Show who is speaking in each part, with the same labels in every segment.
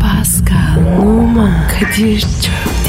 Speaker 1: Pascal, Oman, Kadir çok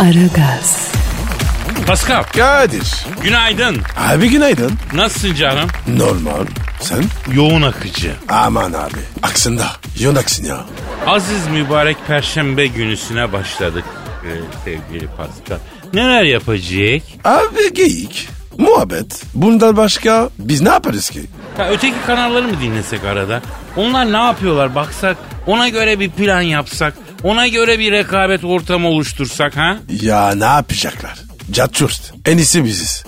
Speaker 1: Aragaz,
Speaker 2: Pascal,
Speaker 3: Kadir.
Speaker 2: günaydın.
Speaker 3: Abi günaydın.
Speaker 2: Nasılsın canım?
Speaker 3: Normal. Sen?
Speaker 2: Yoğun akıcı.
Speaker 3: Aman abi. Aksın da. Yön aksın ya.
Speaker 2: Aziz mübarek perşembe günüsüne başladık ee, sevgili Pascal. Neler yapacak?
Speaker 3: Abi geyik. Muhabbet. Bundan başka biz ne yaparız ki?
Speaker 2: Ha, öteki kanalları mı dinlesek arada? Onlar ne yapıyorlar baksak? Ona göre bir plan yapsak? Ona göre bir rekabet ortamı oluştursak ha?
Speaker 3: Ya ne yapacaklar? Catçurt. En iyisi biziz.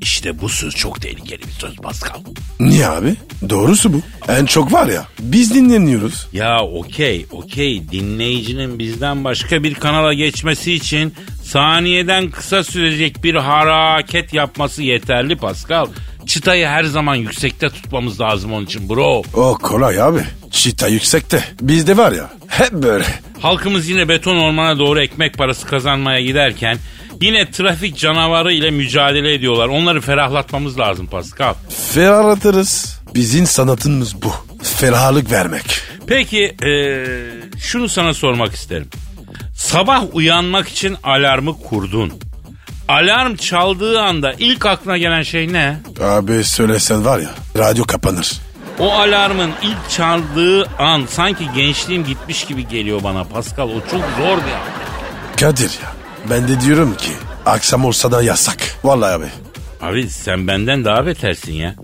Speaker 2: İşte bu söz çok tehlikeli bir söz Pascal.
Speaker 3: Niye abi? Doğrusu bu. En çok var ya biz dinleniyoruz.
Speaker 2: Ya okey okey dinleyicinin bizden başka bir kanala geçmesi için saniyeden kısa sürecek bir hareket yapması yeterli Pascal. Çıtayı her zaman yüksekte tutmamız lazım onun için bro.
Speaker 3: O kolay abi. Çita yüksekte. Bizde var ya hep böyle.
Speaker 2: Halkımız yine beton ormana doğru ekmek parası kazanmaya giderken yine trafik canavarı ile mücadele ediyorlar. Onları ferahlatmamız lazım Pascal.
Speaker 3: Ferahlatırız. Bizim sanatımız bu. Ferahlık vermek.
Speaker 2: Peki eee, şunu sana sormak isterim. Sabah uyanmak için alarmı kurdun. Alarm çaldığı anda ilk aklına gelen şey ne?
Speaker 3: Abi söylesen var ya radyo kapanır.
Speaker 2: O alarmın ilk çaldığı an sanki gençliğim gitmiş gibi geliyor bana Pascal. O çok zor bir an.
Speaker 3: Kadir ya ben de diyorum ki akşam olsa da yasak. Vallahi abi.
Speaker 2: Abi sen benden daha betersin ya.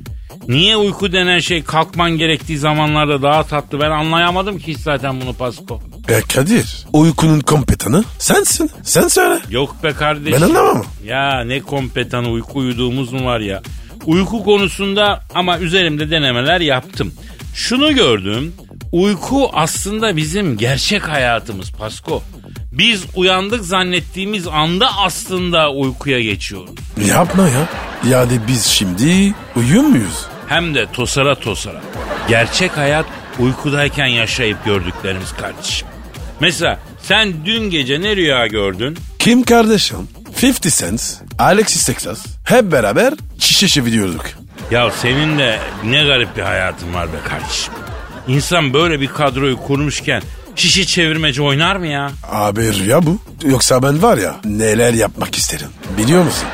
Speaker 2: Niye uyku denen şey kalkman gerektiği zamanlarda daha tatlı? Ben anlayamadım ki hiç zaten bunu Pasko.
Speaker 3: E Kadir uykunun kompetanı sensin. Sen söyle.
Speaker 2: Yok be kardeşim.
Speaker 3: Ben anlamam.
Speaker 2: Ya ne kompetan uyku uyuduğumuz mu var ya? Uyku konusunda ama üzerimde denemeler yaptım. Şunu gördüm. Uyku aslında bizim gerçek hayatımız Pasko. Biz uyandık zannettiğimiz anda aslında uykuya geçiyoruz.
Speaker 3: Yapma ya. Yani biz şimdi uyuyor muyuz?
Speaker 2: Hem de tosara tosara. Gerçek hayat uykudayken yaşayıp gördüklerimiz kardeşim. Mesela sen dün gece ne rüya gördün?
Speaker 3: Kim kardeşim? 50 Cent, Alexis Texas hep beraber şişe çeviriyorduk.
Speaker 2: Ya senin de ne garip bir hayatın var be kardeşim. İnsan böyle bir kadroyu kurmuşken şişi çevirmeci oynar mı ya?
Speaker 3: Abi rüya bu. Yoksa ben var ya neler yapmak isterim biliyor musun?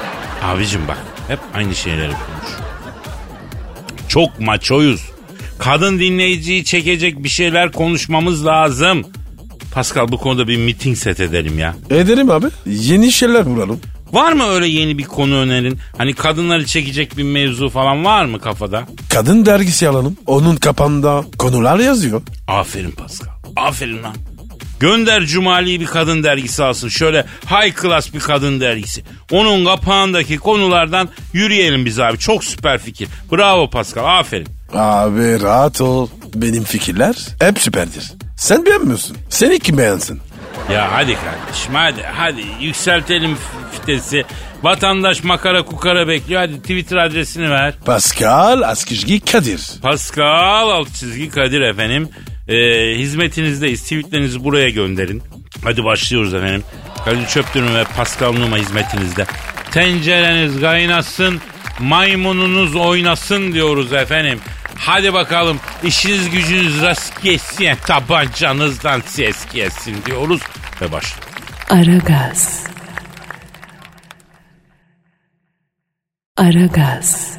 Speaker 2: Abicim bak hep aynı şeyleri konuş. Çok maçoyuz. Kadın dinleyiciyi çekecek bir şeyler konuşmamız lazım. Pascal bu konuda bir miting set edelim ya.
Speaker 3: Ederim abi. Yeni şeyler bulalım.
Speaker 2: Var mı öyle yeni bir konu önerin? Hani kadınları çekecek bir mevzu falan var mı kafada?
Speaker 3: Kadın dergisi alalım. Onun kapağında konular yazıyor.
Speaker 2: Aferin Pascal. Aferin lan. Gönder Cumali'yi bir kadın dergisi alsın. Şöyle high class bir kadın dergisi. Onun kapağındaki konulardan yürüyelim biz abi. Çok süper fikir. Bravo Pascal. Aferin.
Speaker 3: Abi rahat ol. Benim fikirler hep süperdir. Sen beğenmiyorsun. Seni kim beğensin?
Speaker 2: Ya hadi kardeşim hadi hadi yükseltelim fitesi. Vatandaş makara kukara bekliyor. Hadi Twitter adresini ver.
Speaker 3: Pascal Askizgi Kadir.
Speaker 2: Pascal alt çizgi Kadir efendim. Ee, hizmetinizdeyiz. Tweetlerinizi buraya gönderin. Hadi başlıyoruz efendim. Kadir Çöptürüm ve Pascal Numa hizmetinizde. Tencereniz kaynasın, maymununuz oynasın diyoruz efendim. Hadi bakalım işiniz gücünüz rast gelsin, tabancanızdan ses gelsin diyoruz ve başlıyoruz.
Speaker 1: Aragaz. Aragaz,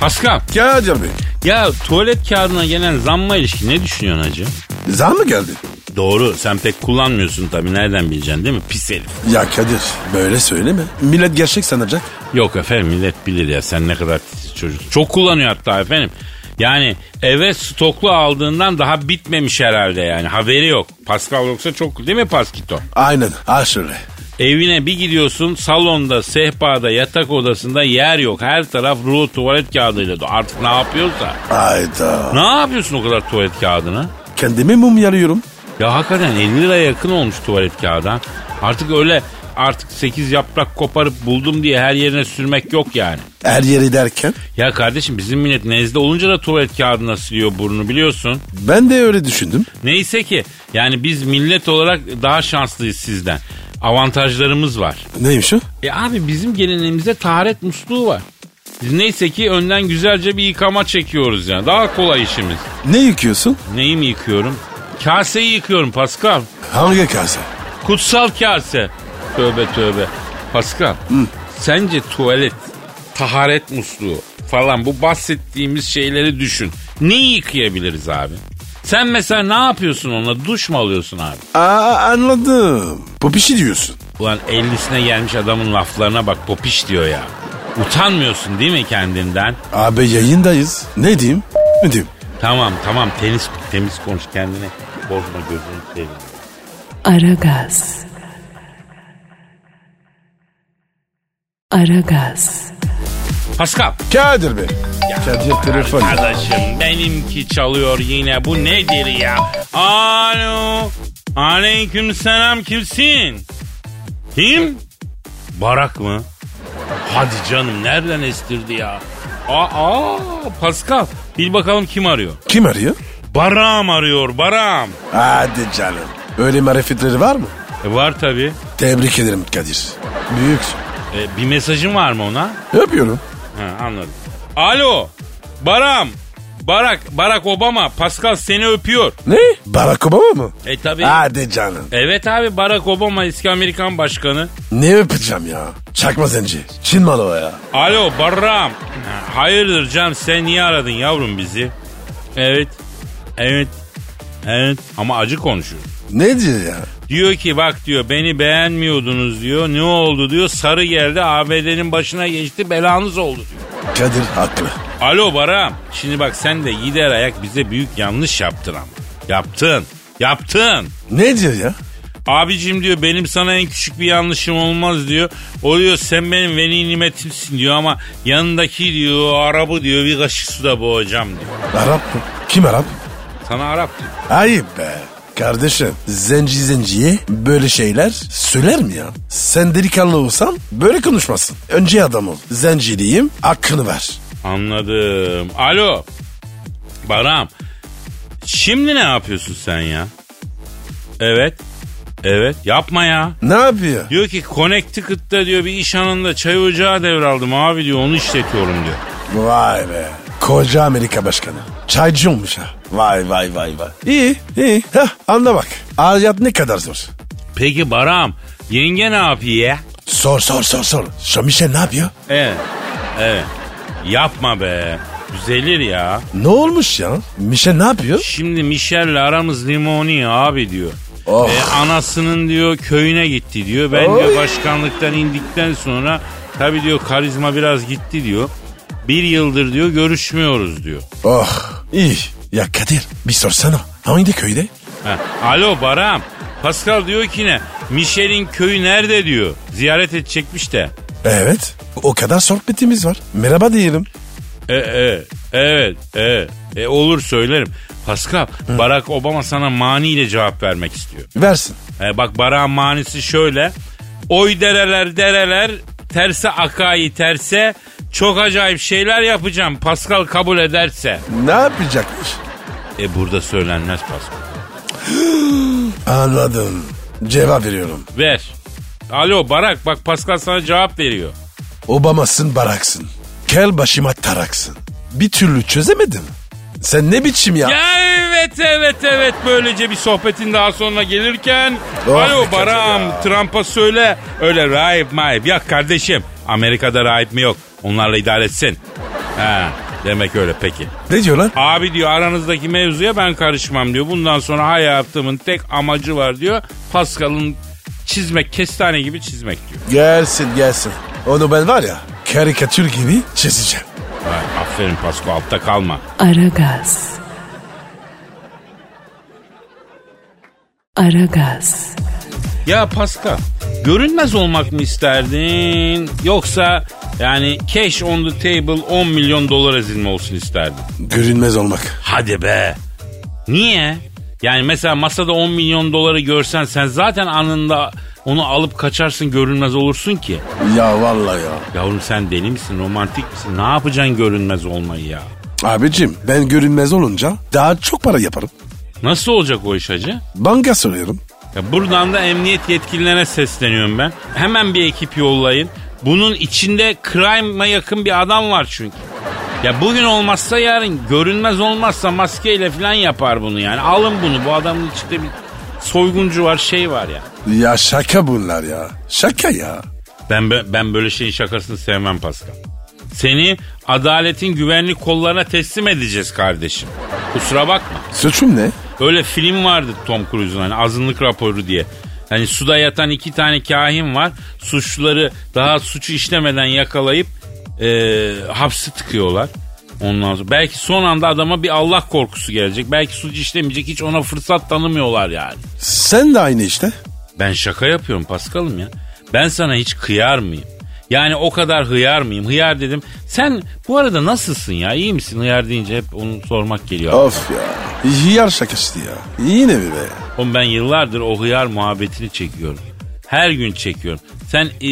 Speaker 2: Pascal,
Speaker 3: Kadir Bey.
Speaker 2: ya tuvalet kağıdına gelen zamma ilişkin ne düşünüyorsun hacı?
Speaker 3: Zam mı geldi?
Speaker 2: Doğru, sen pek kullanmıyorsun tabii. Nereden bileceksin değil mi? Pis herif.
Speaker 3: Ya Kadir böyle söyleme. Millet gerçek sanacak.
Speaker 2: Yok efendim millet bilir ya sen ne kadar titiz çocuk. Çok kullanıyor hatta efendim. Yani eve stoklu aldığından daha bitmemiş herhalde yani haberi yok. Pascal yoksa çok değil mi Paskito?
Speaker 3: Aynen aşure.
Speaker 2: Evine bir gidiyorsun salonda, sehpada, yatak odasında yer yok. Her taraf rulo tuvalet kağıdıyla dolu. artık ne yapıyorsa.
Speaker 3: Ayda.
Speaker 2: Ne yapıyorsun o kadar tuvalet kağıdına?
Speaker 3: Kendimi mumyalıyorum.
Speaker 2: Ya hakikaten 50 liraya yakın olmuş tuvalet kağıdı. ha. Artık öyle artık 8 yaprak koparıp buldum diye her yerine sürmek yok yani.
Speaker 3: Her yeri derken
Speaker 2: Ya kardeşim bizim millet nezle olunca da tuvalet kağıdına siliyor burnunu biliyorsun.
Speaker 3: ben de öyle düşündüm.
Speaker 2: Neyse ki yani biz millet olarak daha şanslıyız sizden. Avantajlarımız var.
Speaker 3: Neymiş o?
Speaker 2: E abi bizim geleneğimizde taharet musluğu var. Biz neyse ki önden güzelce bir yıkama çekiyoruz yani. Daha kolay işimiz.
Speaker 3: Ne yıkıyorsun?
Speaker 2: Neyi mi yıkıyorum? Kaseyi yıkıyorum Pascal.
Speaker 3: Hangi kase?
Speaker 2: Kutsal kase. Tövbe tövbe. Pascal. Sence tuvalet, taharet musluğu falan bu bahsettiğimiz şeyleri düşün. Neyi yıkayabiliriz abi? Sen mesela ne yapıyorsun onunla? Duş mu alıyorsun abi?
Speaker 3: Aa anladım. Popişi diyorsun.
Speaker 2: Ulan 50'sine gelmiş adamın laflarına bak popiş diyor ya. Utanmıyorsun değil mi kendinden?
Speaker 3: Abi yayındayız. Ne diyeyim? Ne diyeyim?
Speaker 2: Tamam tamam temiz, temiz konuş kendini. Bozma gözünü seveyim.
Speaker 1: Aragaz. Aragaz.
Speaker 2: Pascal.
Speaker 3: Kadir Bey. Kadir telefon.
Speaker 2: Arkadaşım benimki çalıyor yine bu nedir ya? Alo. Aleyküm selam kimsin? Kim? Barak mı? Hadi canım nereden estirdi ya? Aa, aa Pascal bil bakalım kim arıyor?
Speaker 3: Kim arıyor?
Speaker 2: Baram arıyor Baram.
Speaker 3: Hadi canım. Öyle marifetleri var mı?
Speaker 2: E, var tabi.
Speaker 3: Tebrik ederim Kadir. Büyük.
Speaker 2: E, bir mesajın var mı ona?
Speaker 3: Yapıyorum.
Speaker 2: Ha, anladım. Alo Baram. Barak, Barak Obama, Pascal seni öpüyor.
Speaker 3: Ne? Barack Obama mı?
Speaker 2: E tabi.
Speaker 3: Hadi canım.
Speaker 2: Evet abi Barack Obama eski Amerikan başkanı.
Speaker 3: Ne öpeceğim ya? Çakma zenci. Çin malı o ya.
Speaker 2: Alo Barram. Ha, Hayırdır canım sen niye aradın yavrum bizi? Evet. Evet. Evet ama acı konuşuyor.
Speaker 3: Ne diyor ya?
Speaker 2: Diyor ki bak diyor beni beğenmiyordunuz diyor. Ne oldu diyor sarı geldi ABD'nin başına geçti belanız oldu diyor.
Speaker 3: Kadir haklı.
Speaker 2: Alo Baram. Şimdi bak sen de gider ayak bize büyük yanlış yaptın ama. Yaptın. Yaptın.
Speaker 3: Ne diyor ya?
Speaker 2: Abicim diyor benim sana en küçük bir yanlışım olmaz diyor. O diyor sen benim veli nimetimsin diyor ama yanındaki diyor Arap'ı diyor bir kaşık suda boğacağım diyor.
Speaker 3: Arap mı? Kim Arap?
Speaker 2: Sana Arap diyor.
Speaker 3: Ayıp be. Kardeşim zenci zenciye böyle şeyler söyler mi ya? Sen delikanlı olsan böyle konuşmasın. Önce adam ol. Zenci diyeyim hakkını ver.
Speaker 2: Anladım. Alo. Baram. Şimdi ne yapıyorsun sen ya? Evet. Evet. Yapma ya.
Speaker 3: Ne yapıyor?
Speaker 2: Diyor ki Connecticut'ta diyor bir iş anında çay ocağı devraldım abi diyor onu işletiyorum diyor.
Speaker 3: Vay be. Koca Amerika başkanı. Çaycı olmuş ha. Vay vay vay vay. İyi iyi. Hah anla bak. Hayat ne kadar zor.
Speaker 2: Peki Baram yenge ne yapıyor ya?
Speaker 3: Sor sor sor sor. Şamişe ne yapıyor?
Speaker 2: Evet. Evet. E, Yapma be. Düzelir ya.
Speaker 3: Ne olmuş ya? Mişe ne yapıyor?
Speaker 2: Şimdi Michel'le aramız limoni abi diyor.
Speaker 3: Oh.
Speaker 2: E, anasının diyor köyüne gitti diyor. Ben diyor başkanlıktan indikten sonra tabii diyor karizma biraz gitti diyor. Bir yıldır diyor görüşmüyoruz diyor.
Speaker 3: Oh iyi. Ya Kadir bir sorsana. Hangi köyde?
Speaker 2: Ha, Alo Baram. Pascal diyor ki ne? Michel'in köyü nerede diyor. Ziyaret edecekmiş de.
Speaker 3: Evet. O kadar sohbetimiz var. Merhaba diyelim.
Speaker 2: E, e, evet, evet. E, olur söylerim. Pascal, Barack Obama sana maniyle cevap vermek istiyor.
Speaker 3: Versin.
Speaker 2: E, bak Barak'ın manisi şöyle. Oy dereler dereler, terse akayı terse, çok acayip şeyler yapacağım Pascal kabul ederse.
Speaker 3: Ne yapacakmış?
Speaker 2: E burada söylenmez Pascal.
Speaker 3: Anladım. Cevap veriyorum.
Speaker 2: Ver. Alo Barak bak Pascal sana cevap veriyor.
Speaker 3: Obamasın baraksın. Kel başıma taraksın. Bir türlü çözemedim. Sen ne biçim ya?
Speaker 2: Ya evet evet evet böylece bir sohbetin daha sonuna gelirken
Speaker 3: Oh,
Speaker 2: Alo
Speaker 3: ne
Speaker 2: Baram
Speaker 3: kötü ya.
Speaker 2: Trump'a söyle öyle rahip mahip ya kardeşim Amerika'da rahip mi yok onlarla idare etsin. Ha, demek öyle peki.
Speaker 3: Ne diyorlar?
Speaker 2: Abi diyor aranızdaki mevzuya ben karışmam diyor. Bundan sonra hayatımın tek amacı var diyor. Pascal'ın çizmek kestane gibi çizmek diyor.
Speaker 3: Gelsin gelsin. Onu ben var ya karikatür gibi çizeceğim.
Speaker 2: Vay, aferin Pascal altta kalma.
Speaker 1: Aragaz. Aragaz.
Speaker 2: Ya Pascal görünmez olmak mı isterdin yoksa yani cash on the table 10 milyon dolar ezilme olsun isterdin?
Speaker 3: Görünmez olmak.
Speaker 2: Hadi be. Niye? Yani mesela masada 10 milyon doları görsen sen zaten anında onu alıp kaçarsın görünmez olursun ki.
Speaker 3: Ya vallahi ya.
Speaker 2: Yavrum sen deli misin romantik misin ne yapacaksın görünmez olmayı ya.
Speaker 3: Abicim ben görünmez olunca daha çok para yaparım.
Speaker 2: Nasıl olacak o iş hacı?
Speaker 3: Banka soruyorum.
Speaker 2: Ya buradan da emniyet yetkililerine sesleniyorum ben. Hemen bir ekip yollayın. Bunun içinde crime'a yakın bir adam var çünkü. Ya bugün olmazsa yarın görünmez olmazsa maskeyle falan yapar bunu yani. Alın bunu bu adamın içinde bir soyguncu var şey var ya.
Speaker 3: Ya şaka bunlar ya. Şaka ya.
Speaker 2: Ben bö- ben böyle şeyin şakasını sevmem Pascal. Seni adaletin güvenlik kollarına teslim edeceğiz kardeşim. Kusura bakma.
Speaker 3: Suçum ne?
Speaker 2: Öyle film vardı Tom Cruise'un hani azınlık raporu diye. Hani suda yatan iki tane kahin var. Suçluları daha suçu işlemeden yakalayıp e, hapse tıkıyorlar. Ondan sonra belki son anda adama bir Allah korkusu gelecek. Belki suç işlemeyecek. Hiç ona fırsat tanımıyorlar yani.
Speaker 3: Sen de aynı işte.
Speaker 2: Ben şaka yapıyorum Paskal'ım ya. Ben sana hiç kıyar mıyım? Yani o kadar hıyar mıyım? Hıyar dedim. Sen bu arada nasılsın ya? İyi misin? Hıyar deyince hep onu sormak geliyor.
Speaker 3: Of ya. Yer şakası ya. Yine mi be?
Speaker 2: Oğlum ben yıllardır o hıyar muhabbetini çekiyorum. Her gün çekiyorum. Sen e,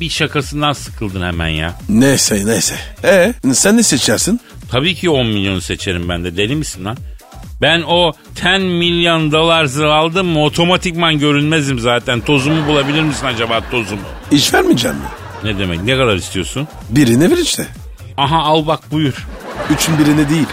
Speaker 2: bir şakasından sıkıldın hemen ya.
Speaker 3: Neyse neyse. E sen ne seçersin?
Speaker 2: Tabii ki 10 milyonu seçerim ben de. Deli misin lan? Ben o 10 milyon dolar zırh aldım mı otomatikman görünmezim zaten. Tozumu bulabilir misin acaba tozumu?
Speaker 3: İş vermeyeceğim mi?
Speaker 2: Ne demek? Ne kadar istiyorsun?
Speaker 3: Birini ver işte.
Speaker 2: Aha al bak buyur.
Speaker 3: Üçün birini değil.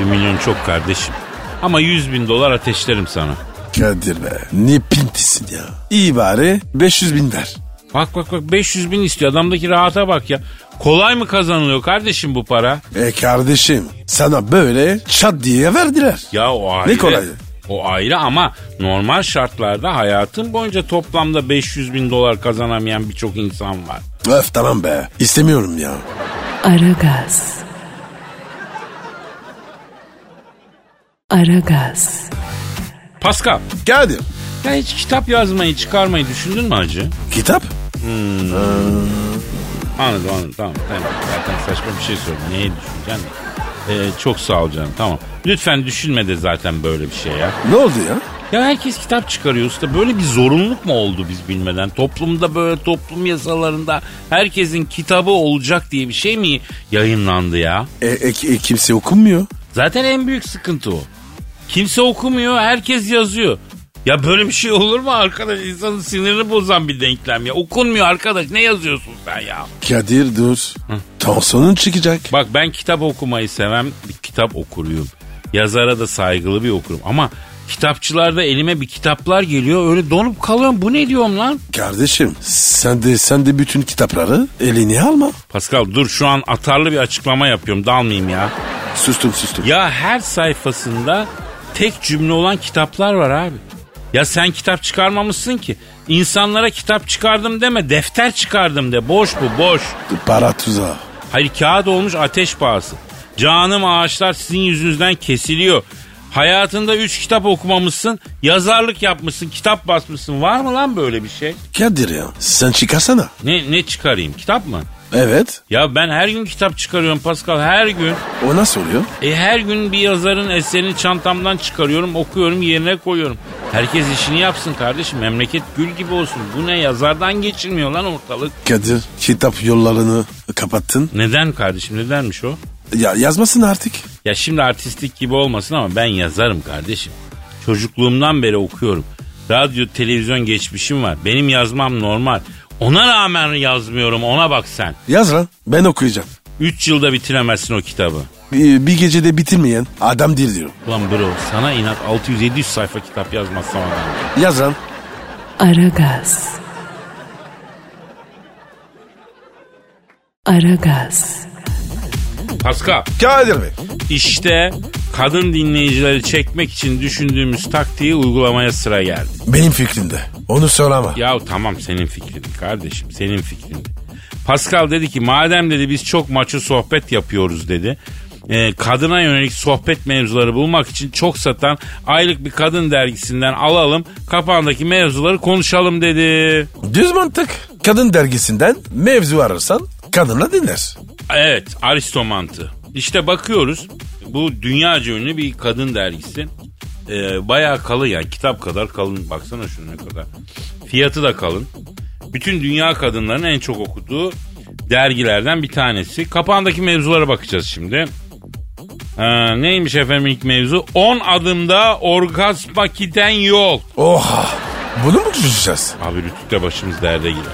Speaker 2: Bir milyon çok kardeşim. Ama 100 bin dolar ateşlerim sana.
Speaker 3: Kadir be. Ne pintisin ya. İyi bari 500 bin ver.
Speaker 2: Bak bak bak 500 bin istiyor. Adamdaki rahata bak ya. Kolay mı kazanılıyor kardeşim bu para?
Speaker 3: E kardeşim sana böyle çat diye verdiler.
Speaker 2: Ya o ayrı.
Speaker 3: Ne kolayı?
Speaker 2: O ayrı ama normal şartlarda hayatın boyunca toplamda 500 bin dolar kazanamayan birçok insan var.
Speaker 3: Öf tamam be. İstemiyorum ya.
Speaker 1: Aragaz. Aragaz.
Speaker 2: Pascal,
Speaker 3: Kadir.
Speaker 2: ya hiç kitap yazmayı çıkarmayı düşündün mü hacı?
Speaker 3: Kitap?
Speaker 2: Anladım anladım tamam. tamam. Zaten saçma bir şey sordum. Neyi düşüneceksin? Ee, çok sağ ol canım tamam. Lütfen düşünme de zaten böyle bir şey ya.
Speaker 3: Ne oldu ya?
Speaker 2: Ya herkes kitap çıkarıyor usta. Böyle bir zorunluluk mu oldu biz bilmeden? Toplumda böyle toplum yasalarında herkesin kitabı olacak diye bir şey mi yayınlandı ya?
Speaker 3: E, e- e, kimse okunmuyor.
Speaker 2: Zaten en büyük sıkıntı o. Kimse okumuyor, herkes yazıyor. Ya böyle bir şey olur mu arkadaş? İnsanın sinirini bozan bir denklem ya. Okunmuyor arkadaş. Ne yazıyorsun sen ya?
Speaker 3: Kadir dur. Tansiyonun çıkacak.
Speaker 2: Bak ben kitap okumayı seven bir kitap okuruyum. Yazara da saygılı bir okurum. Ama kitapçılarda elime bir kitaplar geliyor. Öyle donup kalıyorum. Bu ne diyorum lan?
Speaker 3: Kardeşim sen de sen de bütün kitapları eline alma.
Speaker 2: Pascal dur şu an atarlı bir açıklama yapıyorum dalmayayım ya.
Speaker 3: Sustum sustum.
Speaker 2: Ya her sayfasında tek cümle olan kitaplar var abi. Ya sen kitap çıkarmamışsın ki. İnsanlara kitap çıkardım deme defter çıkardım de boş bu boş.
Speaker 3: Para tuzağı.
Speaker 2: Hayır kağıt olmuş ateş pahası. Canım ağaçlar sizin yüzünüzden kesiliyor. Hayatında 3 kitap okumamışsın, yazarlık yapmışsın, kitap basmışsın. Var mı lan böyle bir şey?
Speaker 3: Kadir ya sen çıkarsana.
Speaker 2: Ne ne çıkarayım? Kitap mı?
Speaker 3: Evet.
Speaker 2: Ya ben her gün kitap çıkarıyorum Pascal, her gün.
Speaker 3: O nasıl oluyor?
Speaker 2: E her gün bir yazarın eserini çantamdan çıkarıyorum, okuyorum, yerine koyuyorum. Herkes işini yapsın kardeşim. Memleket gül gibi olsun. Bu ne yazardan geçilmiyor lan ortalık.
Speaker 3: Kadir kitap yollarını kapattın.
Speaker 2: Neden kardeşim? Nedenmiş o?
Speaker 3: Ya yazmasın artık.
Speaker 2: Ya şimdi artistlik gibi olmasın ama ben yazarım kardeşim. Çocukluğumdan beri okuyorum. Radyo, televizyon geçmişim var. Benim yazmam normal. Ona rağmen yazmıyorum. Ona bak sen.
Speaker 3: Yaz lan ben okuyacağım.
Speaker 2: 3 yılda bitiremezsin o kitabı.
Speaker 3: Bir, bir gecede bitirmeyen adam değil diyorum.
Speaker 2: Ulan bro sana inat 600-700 sayfa kitap yazmazsam adam.
Speaker 3: Yaz lan.
Speaker 1: Aragaz. Aragaz.
Speaker 2: Pascal.
Speaker 3: Kadir Bey.
Speaker 2: İşte kadın dinleyicileri çekmek için düşündüğümüz taktiği uygulamaya sıra geldi.
Speaker 3: Benim fikrimde. Onu söyleme.
Speaker 2: Ya tamam senin fikrin kardeşim senin fikrin. Pascal dedi ki madem dedi biz çok maçı sohbet yapıyoruz dedi. E, kadına yönelik sohbet mevzuları bulmak için çok satan aylık bir kadın dergisinden alalım kapağındaki mevzuları konuşalım dedi.
Speaker 3: Düz mantık. Kadın dergisinden mevzu ararsan kadınla dinler.
Speaker 2: Evet Aristo mantığı. İşte bakıyoruz bu dünyaca ünlü bir kadın dergisi. Ee, bayağı kalın yani kitap kadar kalın. Baksana şuna ne kadar. Fiyatı da kalın. Bütün dünya kadınlarının en çok okuduğu dergilerden bir tanesi. Kapağındaki mevzulara bakacağız şimdi. Ee, neymiş efendim ilk mevzu? 10 adımda orgazma giden yol.
Speaker 3: Oha. Bunu mu konuşacağız?
Speaker 2: Abi rütükle başımız derde girer.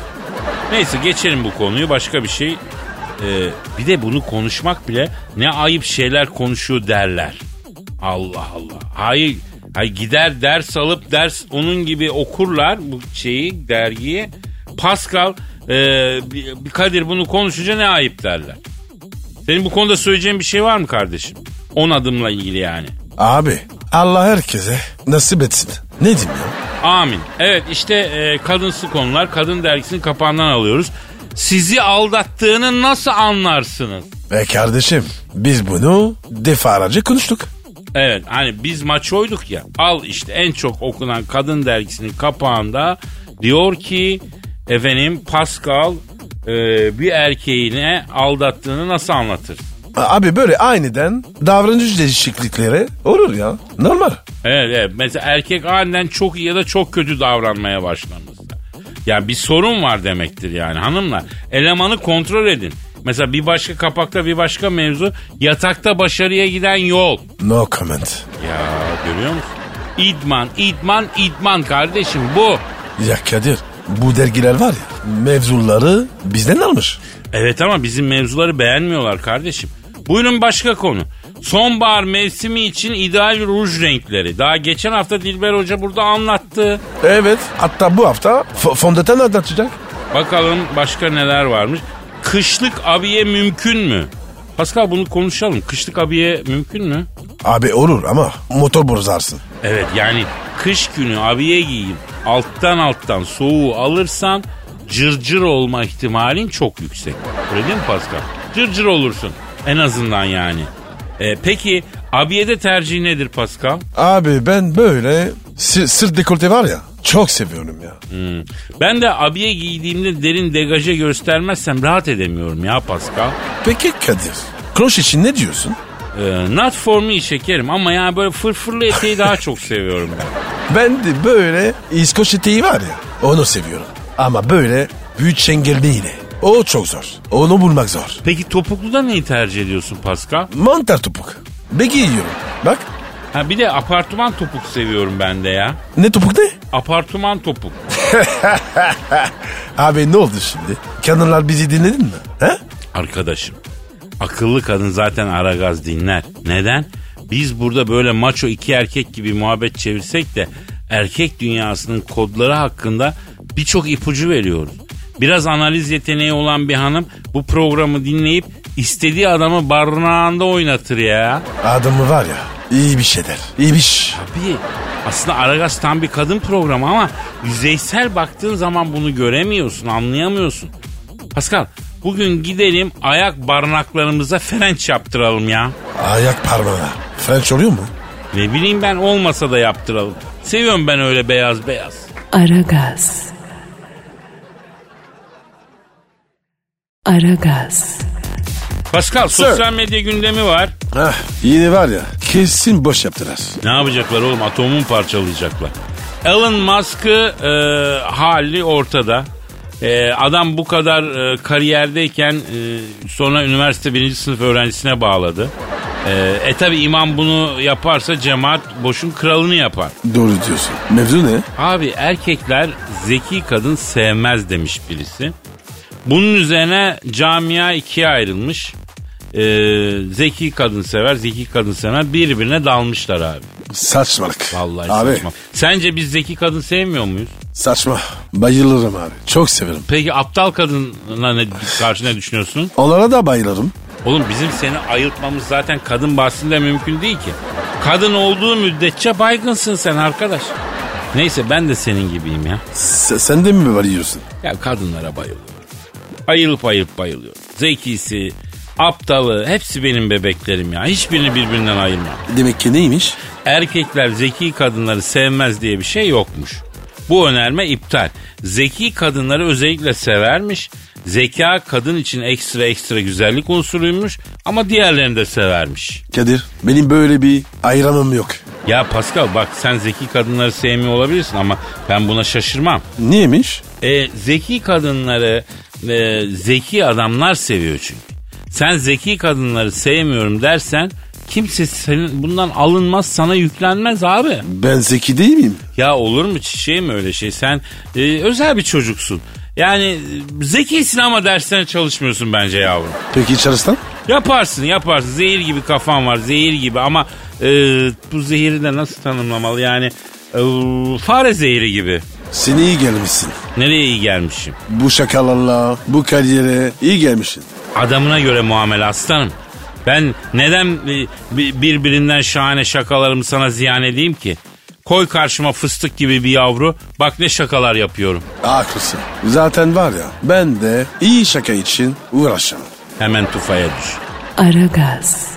Speaker 2: Neyse geçelim bu konuyu başka bir şey. Ee, bir de bunu konuşmak bile ne ayıp şeyler konuşuyor derler. Allah Allah. Hayır, hayır gider ders alıp ders onun gibi okurlar bu şeyi dergiyi. Pascal e, bir- bir Kadir bunu konuşunca ne ayıp derler. Senin bu konuda söyleyeceğin bir şey var mı kardeşim? 10 adımla ilgili yani.
Speaker 3: Abi Allah herkese nasip etsin. Ne diyeyim ya?
Speaker 2: Amin. Evet işte e, kadınsı konular kadın dergisinin kapağından alıyoruz. Sizi aldattığını nasıl anlarsınız?
Speaker 3: Ve kardeşim biz bunu defalarca konuştuk.
Speaker 2: Evet hani biz maçoyduk ya. Al işte en çok okunan kadın dergisinin kapağında diyor ki efendim Pascal e, bir erkeğine aldattığını nasıl anlatır?
Speaker 3: A- Abi böyle aniden davranış değişiklikleri olur ya. Normal.
Speaker 2: Evet, evet. Mesela erkek aniden çok iyi ya da çok kötü davranmaya başlaması. Yani bir sorun var demektir yani hanımlar. Elemanı kontrol edin. Mesela bir başka kapakta bir başka mevzu yatakta başarıya giden yol.
Speaker 3: No comment.
Speaker 2: Ya görüyor musun? İdman, idman, idman kardeşim bu.
Speaker 3: Ya Kadir bu dergiler var ya mevzuları bizden almış.
Speaker 2: Evet ama bizim mevzuları beğenmiyorlar kardeşim. Buyurun başka konu. Sonbahar mevsimi için ideal ruj renkleri. Daha geçen hafta Dilber Hoca burada anlattı.
Speaker 3: Evet hatta bu hafta f- fondöten anlatacak.
Speaker 2: Bakalım başka neler varmış. Kışlık abiye mümkün mü? Pascal bunu konuşalım. Kışlık abiye mümkün mü?
Speaker 3: Abi olur ama motor bozarsın.
Speaker 2: Evet yani kış günü abiye giyip alttan alttan soğuğu alırsan cırcır olma ihtimalin çok yüksek. Öyle değil mi Pascal? Cırcır olursun en azından yani. E, peki abiyede tercih nedir Pascal?
Speaker 3: Abi ben böyle si- sırt dekolte var ya çok seviyorum ya.
Speaker 2: Hmm. Ben de abiye giydiğimde derin degaje göstermezsem rahat edemiyorum ya Pascal.
Speaker 3: Peki Kadir kloş için ne diyorsun?
Speaker 2: Ee, not for me şekerim ama yani böyle fırfırlı eteği daha çok seviyorum ben.
Speaker 3: Ben de böyle İskoç eteği var ya onu seviyorum. Ama böyle büyük çengelliyle o çok zor. Onu bulmak zor.
Speaker 2: Peki topukluda neyi tercih ediyorsun Pascal?
Speaker 3: Mantar topuk. Beki yiyorum. Bak
Speaker 2: Ha bir de apartman topuk seviyorum ben de ya.
Speaker 3: ne topuk ne?
Speaker 2: Apartman topuk.
Speaker 3: Abi ne oldu şimdi? Kadınlar bizi dinledin mi? He?
Speaker 2: Arkadaşım akıllı kadın zaten ara gaz dinler. Neden? Biz burada böyle maço iki erkek gibi muhabbet çevirsek de erkek dünyasının kodları hakkında birçok ipucu veriyoruz. Biraz analiz yeteneği olan bir hanım bu programı dinleyip istediği adamı barınağında oynatır ya.
Speaker 3: Adamı var ya iyi bir şeyler. İyi bir şey.
Speaker 2: Abi aslında Aragaz tam bir kadın programı ama yüzeysel baktığın zaman bunu göremiyorsun, anlayamıyorsun. Pascal bugün gidelim ayak barnaklarımıza frenç yaptıralım ya.
Speaker 3: Ayak parmağı. French oluyor mu?
Speaker 2: Ne bileyim ben olmasa da yaptıralım. Seviyorum ben öyle beyaz beyaz.
Speaker 1: Aragaz. Aragaz.
Speaker 2: Pascal
Speaker 3: Sir.
Speaker 2: sosyal medya gündemi var.
Speaker 3: Hah, yine var ya kesin boş yaptılar.
Speaker 2: Ne yapacaklar oğlum atomu mu parçalayacaklar? Elon Musk'ı e, hali ortada. E, adam bu kadar e, kariyerdeyken e, sonra üniversite birinci sınıf öğrencisine bağladı. E, e tabi imam bunu yaparsa cemaat boşun kralını yapar.
Speaker 3: Doğru diyorsun. Mevzu ne?
Speaker 2: Abi erkekler zeki kadın sevmez demiş birisi. Bunun üzerine camia ikiye ayrılmış. E, zeki kadın sever, zeki kadın sevmez birbirine dalmışlar abi.
Speaker 3: Saçmalık.
Speaker 2: Vallahi
Speaker 3: abi,
Speaker 2: saçma. Sence biz zeki kadın sevmiyor muyuz?
Speaker 3: Saçma. Bayılırım abi. Çok severim.
Speaker 2: Peki aptal kadına ne, karşı ne düşünüyorsun?
Speaker 3: Onlara da bayılırım.
Speaker 2: Oğlum bizim seni ayırtmamız zaten kadın bahsinde mümkün değil ki. Kadın olduğu müddetçe baygınsın sen arkadaş. Neyse ben de senin gibiyim ya.
Speaker 3: Se- sen de mi bayılıyorsun?
Speaker 2: Ya kadınlara bayılıyorum. Ayılıp ayılıp bayılıyorum. Zekisi, aptalı hepsi benim bebeklerim ya. Hiçbirini birbirinden ayırmam.
Speaker 3: Demek ki neymiş?
Speaker 2: erkekler zeki kadınları sevmez diye bir şey yokmuş. Bu önerme iptal. Zeki kadınları özellikle severmiş. Zeka kadın için ekstra ekstra güzellik unsuruymuş ama diğerlerini de severmiş.
Speaker 3: Kadir benim böyle bir ayramım yok.
Speaker 2: Ya Pascal bak sen zeki kadınları sevmiyor olabilirsin ama ben buna şaşırmam.
Speaker 3: Niyeymiş?
Speaker 2: E, zeki kadınları e, zeki adamlar seviyor çünkü. Sen zeki kadınları sevmiyorum dersen kimse senin bundan alınmaz sana yüklenmez abi.
Speaker 3: Ben zeki değil miyim?
Speaker 2: Ya olur mu çiçeğim öyle şey sen e, özel bir çocuksun. Yani e, zekisin ama derslerine çalışmıyorsun bence yavrum.
Speaker 3: Peki çalıştan?
Speaker 2: Yaparsın yaparsın. Zehir gibi kafan var zehir gibi ama e, bu zehiri de nasıl tanımlamalı yani e, fare zehiri gibi.
Speaker 3: Sen iyi gelmişsin.
Speaker 2: Nereye iyi gelmişim?
Speaker 3: Bu şakalarla, bu kariyere iyi gelmişsin.
Speaker 2: Adamına göre muamele aslanım. Ben neden e, bi- birbirinden şahane şakalarımı sana ziyan edeyim ki? Koy karşıma fıstık gibi bir yavru. Bak ne şakalar yapıyorum.
Speaker 3: Haklısın. Zaten var ya ben de iyi şaka için uğraşamam.
Speaker 2: Hemen tufaya düş.
Speaker 1: Aragaz.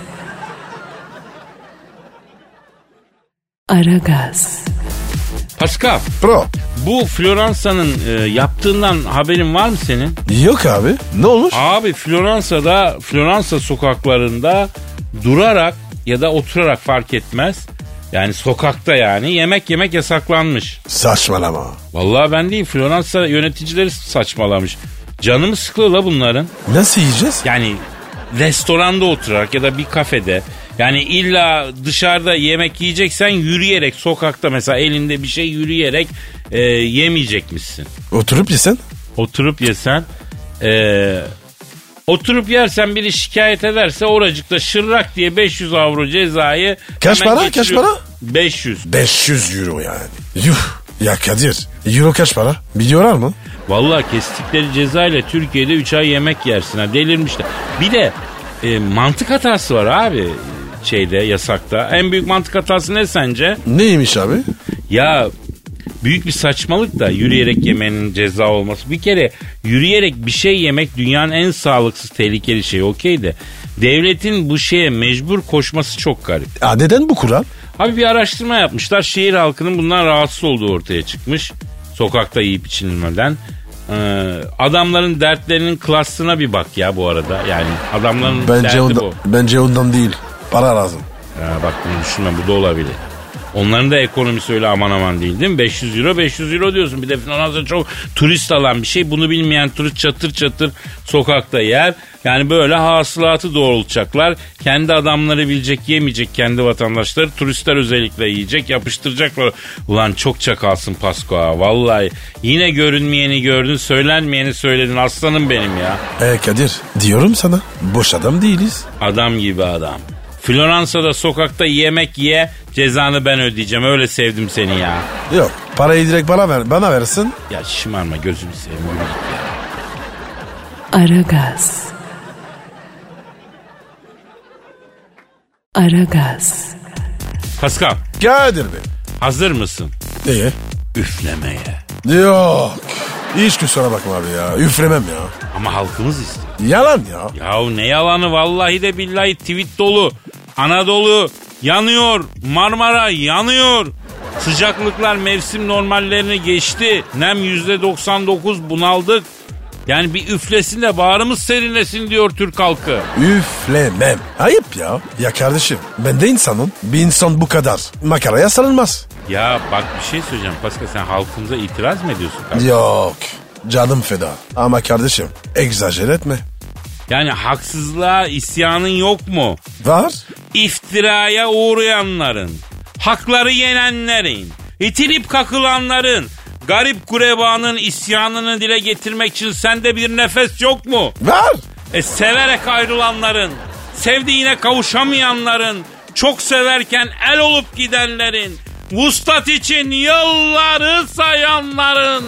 Speaker 1: Aragaz.
Speaker 2: Pascal
Speaker 3: Pro.
Speaker 2: bu Floransa'nın e, yaptığından haberin var mı senin?
Speaker 3: Yok abi. Ne olur?
Speaker 2: Abi Floransa'da Floransa sokaklarında durarak ya da oturarak fark etmez. Yani sokakta yani yemek yemek yasaklanmış.
Speaker 3: Saçmalama.
Speaker 2: Vallahi ben değil Floransa yöneticileri saçmalamış. Canımı sıkılıyor la bunların.
Speaker 3: Nasıl yiyeceğiz?
Speaker 2: Yani restoranda oturarak ya da bir kafede. Yani illa dışarıda yemek yiyeceksen yürüyerek sokakta mesela elinde bir şey yürüyerek e, yemeyecek misin?
Speaker 3: Oturup yesen.
Speaker 2: Oturup yesen eee, oturup yersen biri şikayet ederse oracıkta şırrak diye 500 avro cezayı
Speaker 3: Kaç
Speaker 2: hemen
Speaker 3: para, kaç
Speaker 2: geçiriyor.
Speaker 3: para?
Speaker 2: 500.
Speaker 3: 500 euro yani. Yuh. Ya Kadir. Euro kaç para? Biliyorlar mı?
Speaker 2: Vallahi kestikleri cezayla Türkiye'de 3 ay yemek yersin ha delirmişler. Bir de e, mantık hatası var abi şeyde yasakta. En büyük mantık hatası ne sence?
Speaker 3: Neymiş abi?
Speaker 2: Ya büyük bir saçmalık da yürüyerek yemenin ceza olması. Bir kere yürüyerek bir şey yemek dünyanın en sağlıksız tehlikeli şeyi okey de. Devletin bu şeye mecbur koşması çok garip.
Speaker 3: Aa, neden bu kural?
Speaker 2: Abi bir araştırma yapmışlar. Şehir halkının bundan rahatsız olduğu ortaya çıkmış. Sokakta yiyip içilmeden. Ee, adamların dertlerinin klasına bir bak ya bu arada. Yani adamların
Speaker 3: Bence
Speaker 2: derdi
Speaker 3: ondan,
Speaker 2: bu.
Speaker 3: bence ondan değil. Para lazım.
Speaker 2: Ya bak bunu düşünme bu da olabilir. Onların da ekonomisi öyle aman aman değil değil mi? 500 euro 500 euro diyorsun. Bir de Fransa çok turist alan bir şey. Bunu bilmeyen turist çatır çatır sokakta yer. Yani böyle hasılatı doğrultacaklar. Kendi adamları bilecek yemeyecek kendi vatandaşları. Turistler özellikle yiyecek yapıştıracaklar. Ulan çok çakalsın Pasko ha vallahi. Yine görünmeyeni gördün söylenmeyeni söyledin aslanım benim ya.
Speaker 3: E Kadir diyorum sana boş adam değiliz.
Speaker 2: Adam gibi adam. Floransa'da sokakta yemek ye cezanı ben ödeyeceğim öyle sevdim seni ya.
Speaker 3: Yok parayı direkt bana ver bana versin.
Speaker 2: Ya şımarma gözünü seveyim. yürü git ya.
Speaker 1: Aragaz. Aragaz.
Speaker 2: Pascal
Speaker 3: Kadir Bey.
Speaker 2: hazır mısın?
Speaker 3: Niye?
Speaker 2: Üflemeye.
Speaker 3: Yok. Hiç kusura bakma abi ya. Üflemem ya.
Speaker 2: Ama halkımız istiyor.
Speaker 3: Yalan ya.
Speaker 2: Yahu ne yalanı vallahi de billahi tweet dolu. Anadolu yanıyor. Marmara yanıyor. Sıcaklıklar mevsim normallerini geçti. Nem yüzde 99 bunaldık. Yani bir üflesin de bağrımız serinlesin diyor Türk halkı.
Speaker 3: Üflemem. Ayıp ya. Ya kardeşim ben de insanım. Bir insan bu kadar makaraya sarılmaz.
Speaker 2: Ya bak bir şey söyleyeceğim Pascal sen halkımıza itiraz mı ediyorsun? kardeşim?
Speaker 3: Yok. Canım feda. Ama kardeşim egzajer etme.
Speaker 2: Yani haksızlığa isyanın yok mu?
Speaker 3: Var.
Speaker 2: İftiraya uğrayanların, hakları yenenlerin, itilip kakılanların, garip kurebanın isyanını dile getirmek için sende bir nefes yok mu?
Speaker 3: Var.
Speaker 2: E severek ayrılanların, sevdiğine kavuşamayanların, çok severken el olup gidenlerin, vuslat için yılları sayanların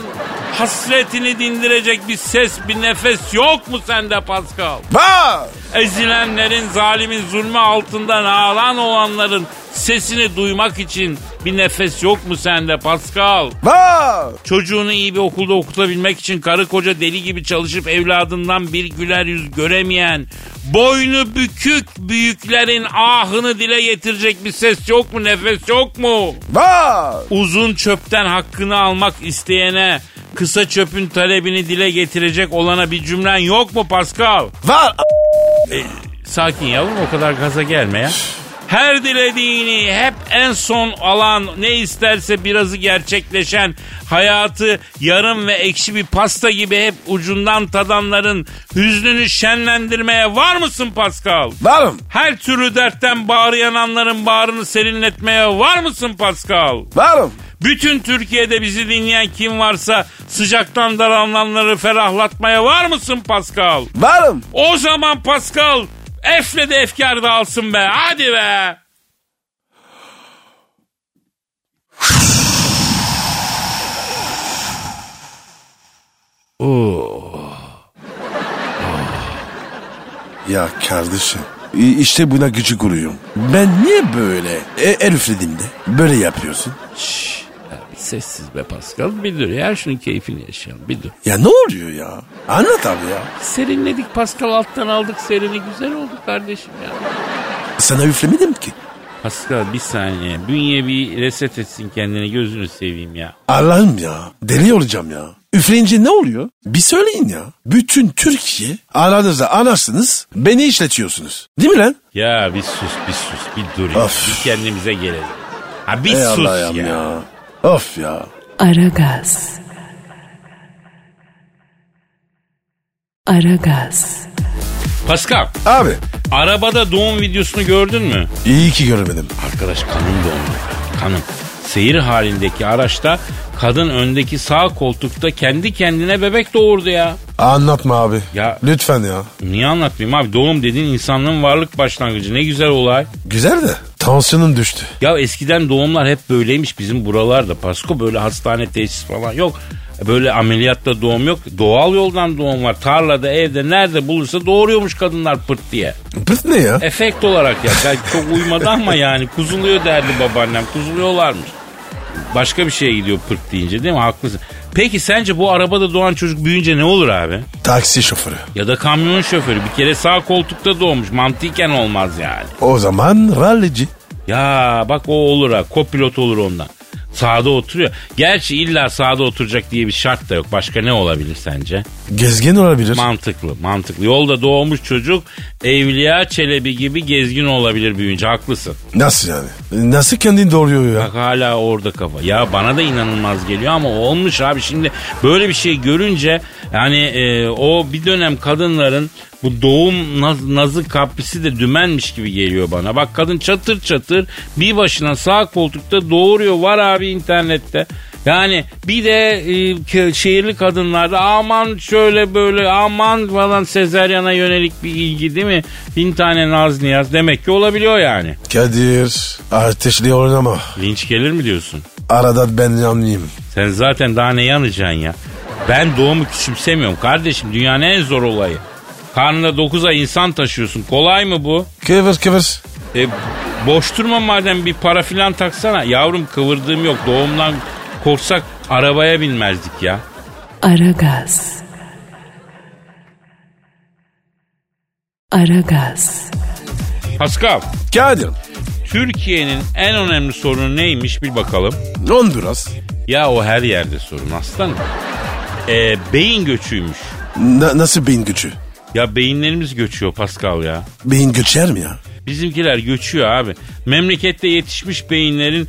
Speaker 2: hasretini dindirecek bir ses, bir nefes yok mu sende Pascal?
Speaker 3: Var.
Speaker 2: Ezilenlerin, zalimin zulmü altından ağlan olanların sesini duymak için bir nefes yok mu sende Pascal?
Speaker 3: Var.
Speaker 2: Çocuğunu iyi bir okulda okutabilmek için karı koca deli gibi çalışıp evladından bir güler yüz göremeyen, boynu bükük büyüklerin ahını dile getirecek bir ses yok mu, nefes yok mu?
Speaker 3: Var.
Speaker 2: Uzun çöpten hakkını almak isteyene, kısa çöpün talebini dile getirecek olana bir cümlen yok mu Pascal?
Speaker 3: Var.
Speaker 2: Sakin yavrum o kadar gaza gelme ya. Her dilediğini hep en son alan ne isterse birazı gerçekleşen hayatı yarım ve ekşi bir pasta gibi hep ucundan tadanların hüznünü şenlendirmeye var mısın Pascal?
Speaker 3: Varım.
Speaker 2: Her türlü dertten bağrı yananların bağrını serinletmeye var mısın Pascal?
Speaker 3: Varım.
Speaker 2: Bütün Türkiye'de bizi dinleyen kim varsa sıcaktan daralanları ferahlatmaya var mısın Pascal?
Speaker 3: Varım.
Speaker 2: O zaman Pascal efle de efkar da alsın be hadi be.
Speaker 3: Ya kardeşim i- işte buna gıcık oluyorum. Ben niye böyle e, el üflediğimde böyle yapıyorsun?
Speaker 2: sessiz be Pascal bir dur ya şunun keyfini yaşayalım bir dur.
Speaker 3: Ya ne oluyor ya? Anlat abi ya.
Speaker 2: Serinledik Pascal alttan aldık serini güzel oldu kardeşim ya.
Speaker 3: Sana üflemedim ki.
Speaker 2: Pascal bir saniye bünye bir reset etsin kendini gözünü seveyim ya.
Speaker 3: Allah'ım ya deli olacağım ya. Üfleyince ne oluyor? Bir söyleyin ya. Bütün Türkiye aranızda anarsınız beni işletiyorsunuz. Değil mi lan?
Speaker 2: Ya bir sus bir sus bir dur ya.
Speaker 3: Of.
Speaker 2: bir kendimize gelelim. Ha bir
Speaker 3: Ey
Speaker 2: sus
Speaker 3: Allah'ım
Speaker 2: ya.
Speaker 3: ya. Of ya.
Speaker 1: Aragaz. Aragaz.
Speaker 2: Pascal
Speaker 3: Abi
Speaker 2: arabada doğum videosunu gördün mü?
Speaker 3: iyi ki görmedim.
Speaker 2: Arkadaş kanın doğumu efendim, kanın. Seyir halindeki araçta kadın öndeki sağ koltukta kendi kendine bebek doğurdu ya.
Speaker 3: Anlatma abi.
Speaker 2: Ya-
Speaker 3: Lütfen ya.
Speaker 2: Niye anlatmayayım abi doğum dediğin insanlığın varlık başlangıcı ne güzel olay.
Speaker 3: Güzel de tansiyonum düştü.
Speaker 2: Ya eskiden doğumlar hep böyleymiş bizim buralarda. Pasko böyle hastane tesis falan yok. Böyle ameliyatta doğum yok. Doğal yoldan doğum var. Tarlada, evde, nerede bulursa doğuruyormuş kadınlar pırt diye.
Speaker 3: Pırt ne ya?
Speaker 2: Efekt olarak ya. Belki çok uymadı ama yani kuzuluyor derdi babaannem. Kuzuluyorlarmış. Başka bir şeye gidiyor pırt deyince değil mi? Haklısın. Peki sence bu arabada doğan çocuk büyüyünce ne olur abi?
Speaker 3: Taksi şoförü.
Speaker 2: Ya da kamyon şoförü bir kere sağ koltukta doğmuş. Mantıken olmaz yani.
Speaker 3: O zaman rallici.
Speaker 2: Ya bak o olur ha. Kopilot olur ondan. Sağda oturuyor. Gerçi illa sağda oturacak diye bir şart da yok. Başka ne olabilir sence?
Speaker 3: Gezgin olabilir.
Speaker 2: Mantıklı, mantıklı. Yolda doğmuş çocuk Evliya Çelebi gibi gezgin olabilir büyüyünce. Haklısın.
Speaker 3: Nasıl yani? Nasıl kendini doğuruyor ya?
Speaker 2: Bak hala orada kafa. Ya bana da inanılmaz geliyor ama olmuş abi şimdi böyle bir şey görünce yani e, o bir dönem kadınların bu doğum naz, nazı kaprisi de dümenmiş gibi geliyor bana. Bak kadın çatır çatır bir başına sağ koltukta doğuruyor var abi internette. Yani bir de e, ke- şehirli kadınlarda aman şöyle böyle aman falan sezeryana yönelik bir ilgi değil mi? Bin tane naz niyaz demek ki olabiliyor yani.
Speaker 3: Kadir ateşli oynama.
Speaker 2: Linç gelir mi diyorsun?
Speaker 3: Arada ben yanayım.
Speaker 2: Sen zaten daha ne yanacaksın ya? Ben doğumu küçümsemiyorum kardeşim. Dünyanın en zor olayı. Karnında 9 ay insan taşıyorsun. Kolay mı bu?
Speaker 3: Kıvır kıvır.
Speaker 2: E, boş durma madem bir para filan taksana. Yavrum kıvırdığım yok. Doğumdan korksak arabaya binmezdik ya.
Speaker 1: Aragaz. Aragaz.
Speaker 2: Pascal,
Speaker 3: Kadir.
Speaker 2: Türkiye'nin en önemli sorunu neymiş bir bakalım.
Speaker 3: Honduras.
Speaker 2: Ya o her yerde sorun aslanım. E, beyin göçüymüş.
Speaker 3: Na- nasıl beyin göçü?
Speaker 2: Ya beyinlerimiz göçüyor Pascal ya.
Speaker 3: Beyin göçer mi ya?
Speaker 2: Bizimkiler göçüyor abi. Memlekette yetişmiş beyinlerin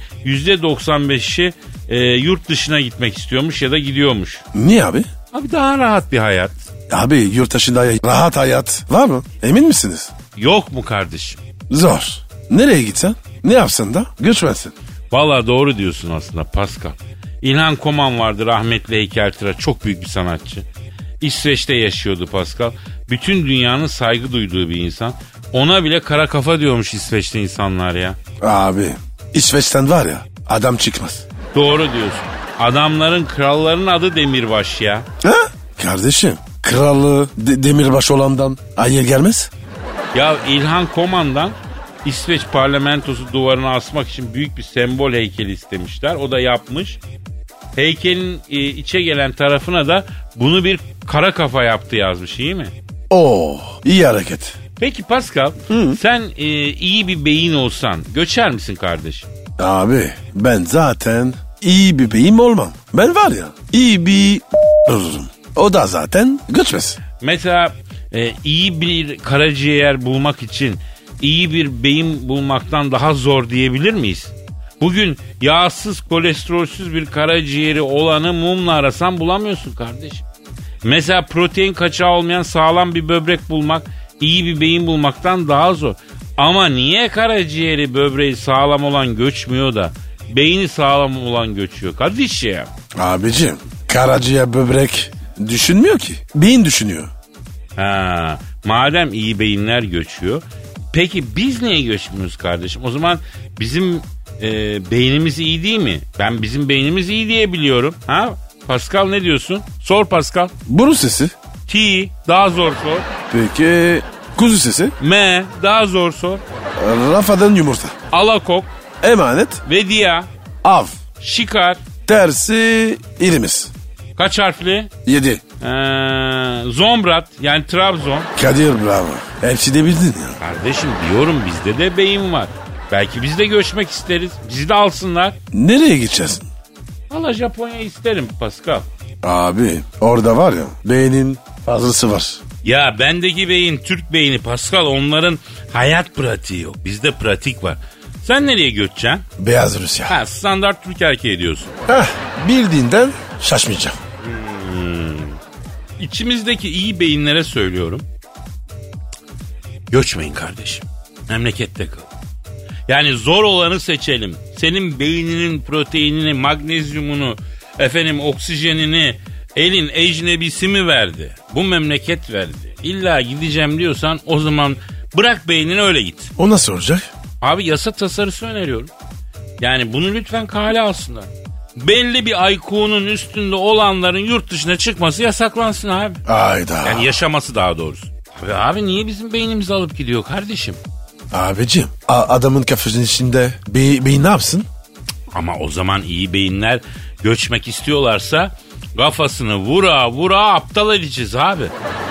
Speaker 2: %95'i e, yurt dışına gitmek istiyormuş ya da gidiyormuş.
Speaker 3: Niye abi?
Speaker 2: Abi daha rahat bir hayat.
Speaker 3: Abi yurt dışında hay- rahat hayat var mı? Emin misiniz?
Speaker 2: Yok mu kardeşim?
Speaker 3: Zor. Nereye gitsen? Ne yapsan da göçmezsin.
Speaker 2: Valla doğru diyorsun aslında Pascal. İlhan Koman vardı rahmetli heykeltıraş çok büyük bir sanatçı. İsveç'te yaşıyordu Pascal. Bütün dünyanın saygı duyduğu bir insan. Ona bile kara kafa diyormuş İsveç'te insanlar ya.
Speaker 3: Abi İsveç'ten var ya adam çıkmaz.
Speaker 2: Doğru diyorsun. Adamların kralların adı Demirbaş ya.
Speaker 3: Ha? Kardeşim krallı de- demirbaş olandan hayır gelmez.
Speaker 2: Ya İlhan Koman'dan İsveç parlamentosu duvarına asmak için büyük bir sembol heykeli istemişler. O da yapmış. Heykelin e, içe gelen tarafına da bunu bir kara kafa yaptı yazmış iyi mi?
Speaker 3: Oo Oh, iyi hareket.
Speaker 2: Peki Pascal sen e, iyi bir beyin olsan göçer misin kardeşim?
Speaker 3: Abi ben zaten iyi bir beyim olmam. Ben var ya iyi bir olurum. O da zaten göçmez.
Speaker 2: Mesela e, iyi bir karaciğer bulmak için iyi bir beyin bulmaktan daha zor diyebilir miyiz? Bugün yağsız, kolesterolsüz bir karaciğeri olanı mumla arasan bulamıyorsun kardeşim. Mesela protein kaçağı olmayan sağlam bir böbrek bulmak iyi bir beyin bulmaktan daha zor. Ama niye karaciğeri böbreği sağlam olan göçmüyor da beyni sağlam olan göçüyor kardeşim?
Speaker 3: Abicim karaciğer böbrek düşünmüyor ki. Beyin düşünüyor.
Speaker 2: Ha, madem iyi beyinler göçüyor. Peki biz niye göçmüyoruz kardeşim? O zaman bizim e, beynimiz iyi değil mi? Ben bizim beynimiz iyi diye biliyorum. Ha? Pascal ne diyorsun? Sor Pascal.
Speaker 3: Bunun sesi.
Speaker 2: T daha zor sor.
Speaker 3: Peki kuzu sesi.
Speaker 2: M daha zor sor.
Speaker 3: Rafadan yumurta.
Speaker 2: Alakok,
Speaker 3: Emanet.
Speaker 2: vedia,
Speaker 3: Av.
Speaker 2: şikar.
Speaker 3: Tersi irimiz.
Speaker 2: Kaç harfli?
Speaker 3: Yedi.
Speaker 2: Ee, Zomrat yani Trabzon.
Speaker 3: Kadir bravo. Hepsi de bildin ya.
Speaker 2: Kardeşim diyorum bizde de beyin var. Belki biz de göçmek isteriz. Bizi de alsınlar.
Speaker 3: Nereye gideceğiz?
Speaker 2: Valla Japonya isterim Pascal.
Speaker 3: Abi orada var ya beynin fazlası var.
Speaker 2: Ya bendeki beyin Türk beyni Pascal onların hayat pratiği yok. Bizde pratik var. Sen nereye göçeceksin?
Speaker 3: Beyaz Rusya.
Speaker 2: Ha standart Türk erkeği diyorsun.
Speaker 3: Heh, bildiğinden şaşmayacağım.
Speaker 2: İçimizdeki iyi beyinlere söylüyorum. Göçmeyin kardeşim. Memlekette kal. Yani zor olanı seçelim. Senin beyninin proteinini, magnezyumunu, efendim oksijenini elin ecnebisi mi verdi? Bu memleket verdi. İlla gideceğim diyorsan o zaman bırak beynini öyle git.
Speaker 3: O nasıl olacak?
Speaker 2: Abi yasa tasarısı öneriyorum. Yani bunu lütfen kale alsınlar. Belli bir IQ'nun üstünde olanların yurt dışına çıkması yasaklansın abi.
Speaker 3: Ayda.
Speaker 2: Yani yaşaması daha doğrusu. Abi, abi niye bizim beynimizi alıp gidiyor kardeşim?
Speaker 3: Abicim a- adamın kafasının içinde be- beyin ne yapsın?
Speaker 2: Ama o zaman iyi beyinler göçmek istiyorlarsa kafasını vura vura aptal edeceğiz abi.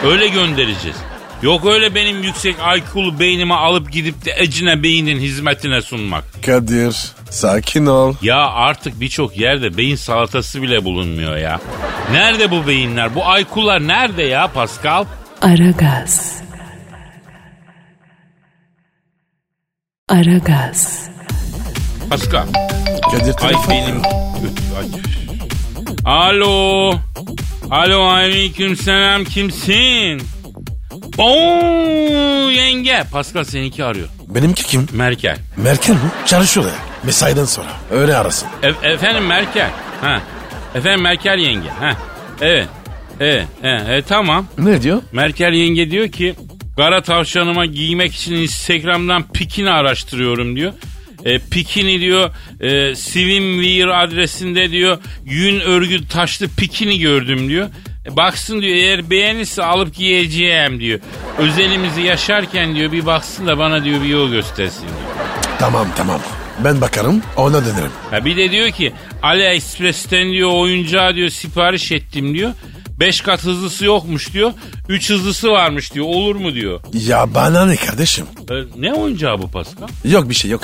Speaker 2: Öyle göndereceğiz. Yok öyle benim yüksek IQ'lu beynimi alıp gidip de ecine beynin hizmetine sunmak.
Speaker 3: Kadir sakin ol.
Speaker 2: Ya artık birçok yerde beyin salatası bile bulunmuyor ya. Nerede bu beyinler? Bu IQ'lar nerede ya Pascal?
Speaker 1: Aragaz. Aragaz.
Speaker 2: Pascal.
Speaker 3: Kadir
Speaker 2: Ay
Speaker 3: telefon.
Speaker 2: benim. Ay. Alo. Alo aleyküm selam kimsin? Oo yenge. Pascal seninki arıyor.
Speaker 3: Benimki kim?
Speaker 2: Merkel.
Speaker 3: Merkel mi? Çalışıyor da. Mesaiden sonra. Öyle arasın.
Speaker 2: E- efendim Merkel. Ha. Efendim Merkel yenge. Ha. Evet. Evet. evet. E, tamam.
Speaker 3: Ne diyor?
Speaker 2: Merkel yenge diyor ki kara tavşanıma giymek için Instagram'dan pikini araştırıyorum diyor. E, pikini diyor e, Slimwear adresinde diyor yün örgü taşlı pikini gördüm diyor. E, baksın diyor eğer beğenirse alıp giyeceğim diyor. Özelimizi yaşarken diyor bir baksın da bana diyor bir yol göstersin diyor.
Speaker 3: Tamam tamam. Ben bakarım ona dönerim.
Speaker 2: Ha, bir de diyor ki AliExpress'ten diyor oyuncağı diyor sipariş ettim diyor. 5 kat hızlısı yokmuş diyor. 3 hızlısı varmış diyor. Olur mu diyor.
Speaker 3: Ya bana ne kardeşim?
Speaker 2: E, ne oyuncağı bu Pascal?
Speaker 3: Yok bir şey yok.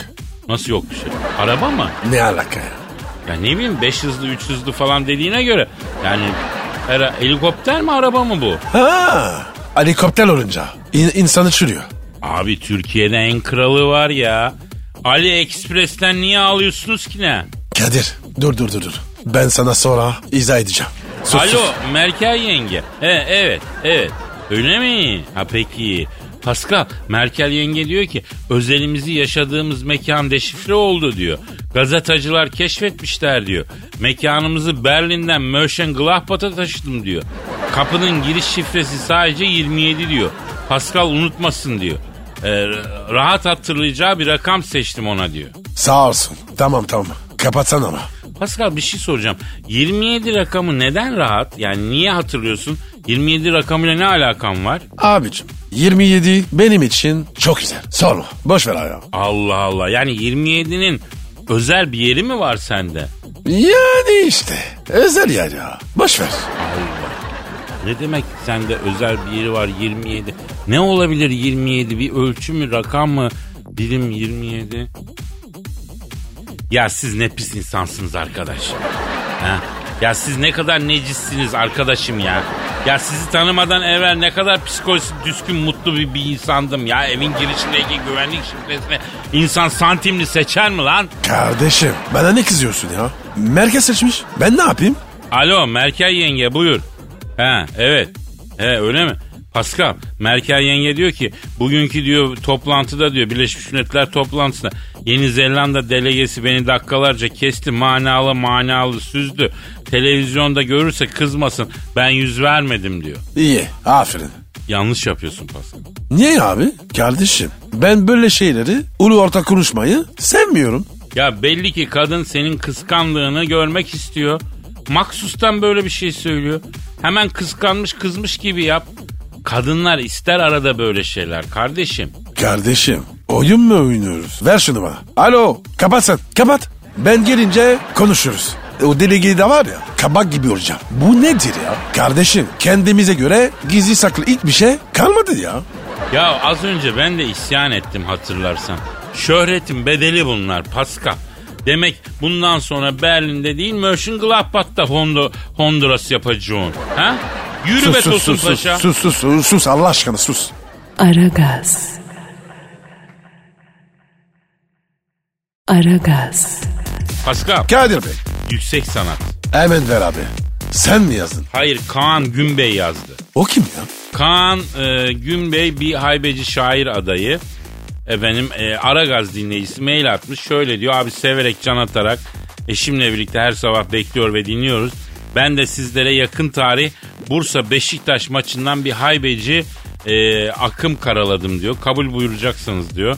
Speaker 2: Nasıl yok bir şey? Araba mı?
Speaker 3: Ne alaka ya?
Speaker 2: Ya ne bileyim 5 hızlı 3 hızlı falan dediğine göre. Yani her, helikopter mi araba mı bu?
Speaker 3: Ha, helikopter olunca in- insanı çürüyor.
Speaker 2: Abi Türkiye'de en kralı var ya. AliExpress'ten niye alıyorsunuz ki ne?
Speaker 3: Kadir dur dur dur dur. Ben sana sonra izah edeceğim. Sus,
Speaker 2: Alo
Speaker 3: sus.
Speaker 2: Merkel yenge. E, evet evet. Öyle mi? Ha peki. Pascal Merkel yenge diyor ki özelimizi yaşadığımız mekan deşifre oldu diyor. Gazetacılar keşfetmişler diyor. Mekanımızı Berlin'den Mönchengladbach'a taşıdım diyor. Kapının giriş şifresi sadece 27 diyor. Pascal unutmasın diyor. E, rahat hatırlayacağı bir rakam seçtim ona diyor.
Speaker 3: Sağ olsun. Tamam tamam. Kapatsana ama.
Speaker 2: Pascal bir şey soracağım. 27 rakamı neden rahat? Yani niye hatırlıyorsun? 27 rakamıyla ne alakan var?
Speaker 3: Abicim 27 benim için çok güzel. Sorma. Boş ver abi.
Speaker 2: Allah Allah. Yani 27'nin özel bir yeri mi var sende?
Speaker 3: Yani işte. Özel yer ya. Boş ver.
Speaker 2: Ne demek sende özel bir yeri var 27? Ne olabilir 27? Bir ölçü mü, rakam mı? Birim 27. Ya siz ne pis insansınız arkadaş. Ha? Ya siz ne kadar necissiniz arkadaşım ya. Ya sizi tanımadan evvel ne kadar psikolojisi düzgün mutlu bir, bir insandım ya. Evin girişindeki güvenlik şifresini insan santimli seçer mi lan?
Speaker 3: Kardeşim bana ne kızıyorsun ya? Merkez seçmiş. Ben ne yapayım?
Speaker 2: Alo Merkel yenge buyur. Ha evet. He öyle mi? Pascal Merkel yenge diyor ki bugünkü diyor toplantıda diyor Birleşmiş Milletler toplantısında Yeni Zelanda delegesi beni dakikalarca kesti manalı manalı süzdü. Televizyonda görürse kızmasın ben yüz vermedim diyor.
Speaker 3: İyi. Aferin.
Speaker 2: Yanlış yapıyorsun Pascal.
Speaker 3: Niye abi? Kardeşim ben böyle şeyleri ulu orta konuşmayı sevmiyorum.
Speaker 2: Ya belli ki kadın senin kıskandığını görmek istiyor. Maksustan böyle bir şey söylüyor. Hemen kıskanmış kızmış gibi yap. Kadınlar ister arada böyle şeyler kardeşim.
Speaker 3: Kardeşim oyun mu oynuyoruz? Ver şunu bana. Alo kapat sen kapat. Ben gelince konuşuruz. E, O delegeyi de var ya kabak gibi olacağım. Bu nedir ya? Kardeşim kendimize göre gizli saklı ilk bir şey kalmadı ya.
Speaker 2: Ya az önce ben de isyan ettim hatırlarsan. Şöhretin bedeli bunlar Pascal. Demek bundan sonra Berlin'de değil Mönchengladbach'ta Hondo, Honduras yapacağım. Ha? Yürü be Tosun
Speaker 3: sus,
Speaker 2: Paşa.
Speaker 3: sus sus sus sus Allah aşkına sus.
Speaker 1: Aragaz. Aragaz.
Speaker 2: Pascal
Speaker 3: Kadir Bey
Speaker 2: yüksek sanat.
Speaker 3: hemen ver abi. Sen mi yazdın?
Speaker 2: Hayır Kaan Günbey yazdı.
Speaker 3: O kim ya?
Speaker 2: Kaan e, Günbey bir haybeci şair adayı. Efendim e, Aragaz dinleyicisi mail atmış. Şöyle diyor abi severek can atarak eşimle birlikte her sabah bekliyor ve dinliyoruz. Ben de sizlere yakın tarih Bursa Beşiktaş maçından bir haybeci e, akım karaladım diyor. Kabul buyuracaksınız diyor.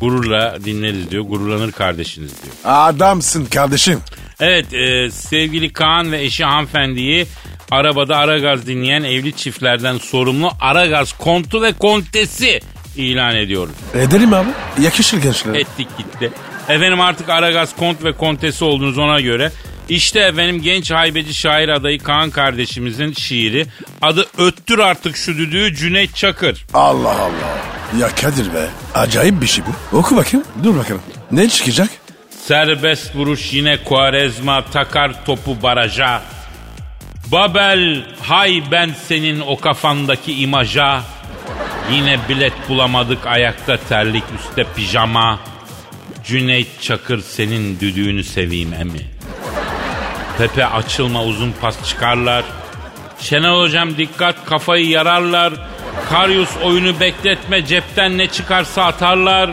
Speaker 2: Gururla dinleriz diyor. Gururlanır kardeşiniz diyor.
Speaker 3: Adamsın kardeşim.
Speaker 2: Evet e, sevgili Kaan ve eşi hanımefendiyi arabada Aragaz dinleyen evli çiftlerden sorumlu Aragaz kontu ve kontesi ilan ediyoruz.
Speaker 3: Edelim abi. Yakışır gençlere.
Speaker 2: Ettik gitti. Efendim artık Aragaz kont ve kontesi oldunuz ona göre. İşte efendim genç haybeci şair adayı Kaan kardeşimizin şiiri. Adı Öttür artık şu düdüğü Cüneyt Çakır.
Speaker 3: Allah Allah. Ya Kadir be. Acayip bir şey bu. Oku bakayım. Dur bakalım. Ne çıkacak?
Speaker 2: Serbest vuruş yine Kuarezma takar topu baraja. Babel hay ben senin o kafandaki imaja. Yine bilet bulamadık ayakta terlik üstte pijama. Cüneyt Çakır senin düdüğünü seveyim emi. Pepe açılma uzun pas çıkarlar. Şenol hocam dikkat kafayı yararlar. Karius oyunu bekletme cepten ne çıkarsa atarlar.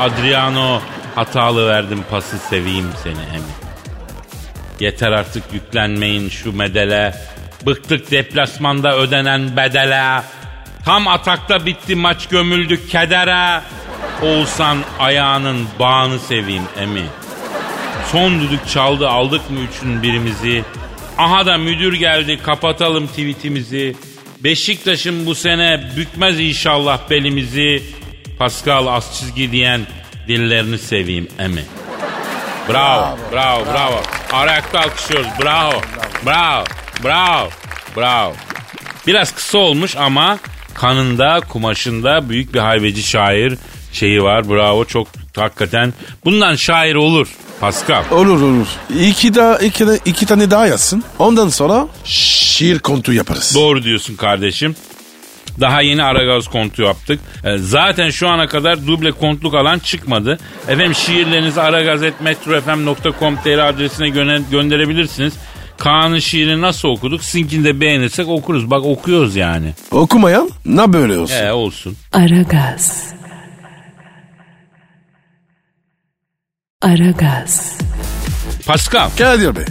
Speaker 2: Adriano hatalı verdim pası seveyim seni emi. Yeter artık yüklenmeyin şu medele. Bıktık deplasmanda ödenen bedele. Tam atakta bitti maç gömüldük kedere. Oğuzhan ayağının bağını seveyim emi. Son düdük çaldı aldık mı üçün birimizi. Aha da müdür geldi kapatalım tweetimizi. Beşiktaş'ın bu sene bükmez inşallah belimizi. Pascal az çizgi diyen dillerini seveyim emi. Bravo, bravo, bravo. Ayakta alkışlıyoruz. Bravo, bravo, bravo, bravo. Biraz kısa olmuş ama kanında, kumaşında büyük bir haybeci şair şeyi var. Bravo, çok hakikaten. Bundan şair olur Pascal.
Speaker 3: Olur olur. İki, daha, iki, de- iki tane daha yazsın. Ondan sonra şiir kontu yaparız.
Speaker 2: Doğru diyorsun kardeşim. Daha yeni Aragaz kontu yaptık. E, Zaten şu ana kadar duble kontluk alan çıkmadı. Efendim şiirlerinizi aragaz.metrofm.com.tr adresine göne- gönderebilirsiniz. Kaan'ın şiirini nasıl okuduk? Sinkini de beğenirsek okuruz. Bak okuyoruz yani.
Speaker 3: Okumayan ne böyle olsun.
Speaker 2: E olsun.
Speaker 1: Aragaz. Aragaz.
Speaker 2: Pascal.
Speaker 3: Kadir Bey.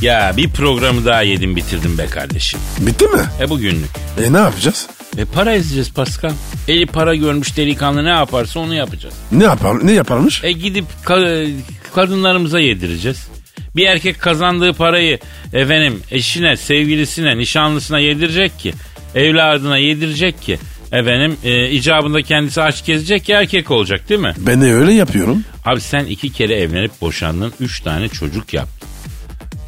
Speaker 2: Ya bir programı daha yedim bitirdim be kardeşim.
Speaker 3: Bitti mi?
Speaker 2: E bugünlük.
Speaker 3: E ne yapacağız?
Speaker 2: E para izleyeceğiz Pascal. Eli para görmüş delikanlı ne yaparsa onu yapacağız.
Speaker 3: Ne yapar ne yaparmış?
Speaker 2: E gidip ka- kadınlarımıza yedireceğiz. Bir erkek kazandığı parayı efendim eşine, sevgilisine, nişanlısına yedirecek ki, evladına yedirecek ki efendim e, icabında kendisi aç gezecek ki erkek olacak değil mi?
Speaker 3: Ben de öyle yapıyorum.
Speaker 2: Abi sen iki kere evlenip boşandın, üç tane çocuk yaptın.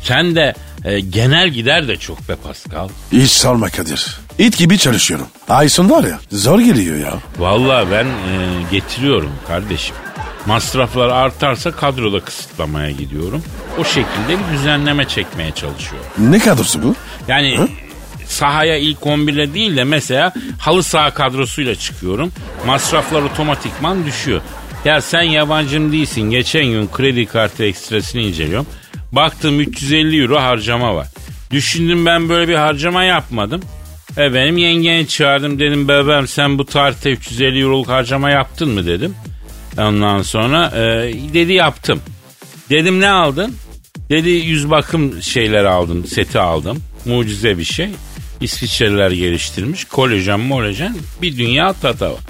Speaker 2: Sen de e, genel gider de çok be Pascal.
Speaker 3: Hiç sorma Kadir. İt gibi çalışıyorum. Aysun var ya zor geliyor ya.
Speaker 2: Vallahi ben e, getiriyorum kardeşim. Masraflar artarsa kadroda kısıtlamaya gidiyorum. O şekilde bir düzenleme çekmeye çalışıyorum.
Speaker 3: Ne kadrosu bu?
Speaker 2: Yani Sahaya ilk 11'le değil de mesela halı saha kadrosuyla çıkıyorum. Masraflar otomatikman düşüyor. Ya sen yabancım değilsin. Geçen gün kredi kartı ekstresini inceliyorum. Baktım 350 euro harcama var. Düşündüm ben böyle bir harcama yapmadım. E benim yengeni çağırdım dedim bebeğim sen bu tarihte 350 euroluk harcama yaptın mı dedim. Ondan sonra e, dedi yaptım. Dedim ne aldın? Dedi yüz bakım şeyler aldım, seti aldım. Mucize bir şey. İsviçreliler geliştirmiş. Kolajen, molajen bir dünya tata var.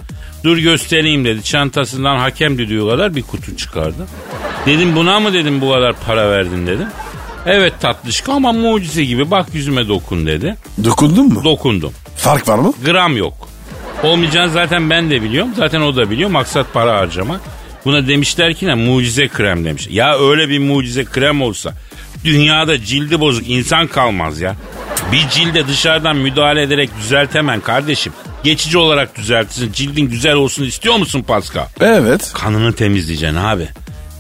Speaker 2: Dur göstereyim dedi. Çantasından hakem düdüğü kadar bir kutu çıkardı. Dedim buna mı dedim bu kadar para verdin dedim. Evet tatlışka ama mucize gibi bak yüzüme dokun dedi.
Speaker 3: Dokundun mu?
Speaker 2: Dokundum.
Speaker 3: Fark var mı?
Speaker 2: Gram yok. Olmayacağını zaten ben de biliyorum. Zaten o da biliyor. Maksat para harcamak. Buna demişler ki ne mucize krem demiş. Ya öyle bir mucize krem olsa dünyada cildi bozuk insan kalmaz ya. Bir cilde dışarıdan müdahale ederek düzeltemem kardeşim. Geçici olarak düzeltirsin. Cildin güzel olsun istiyor musun Pascal?
Speaker 3: Evet.
Speaker 2: Kanını temizleyeceksin abi.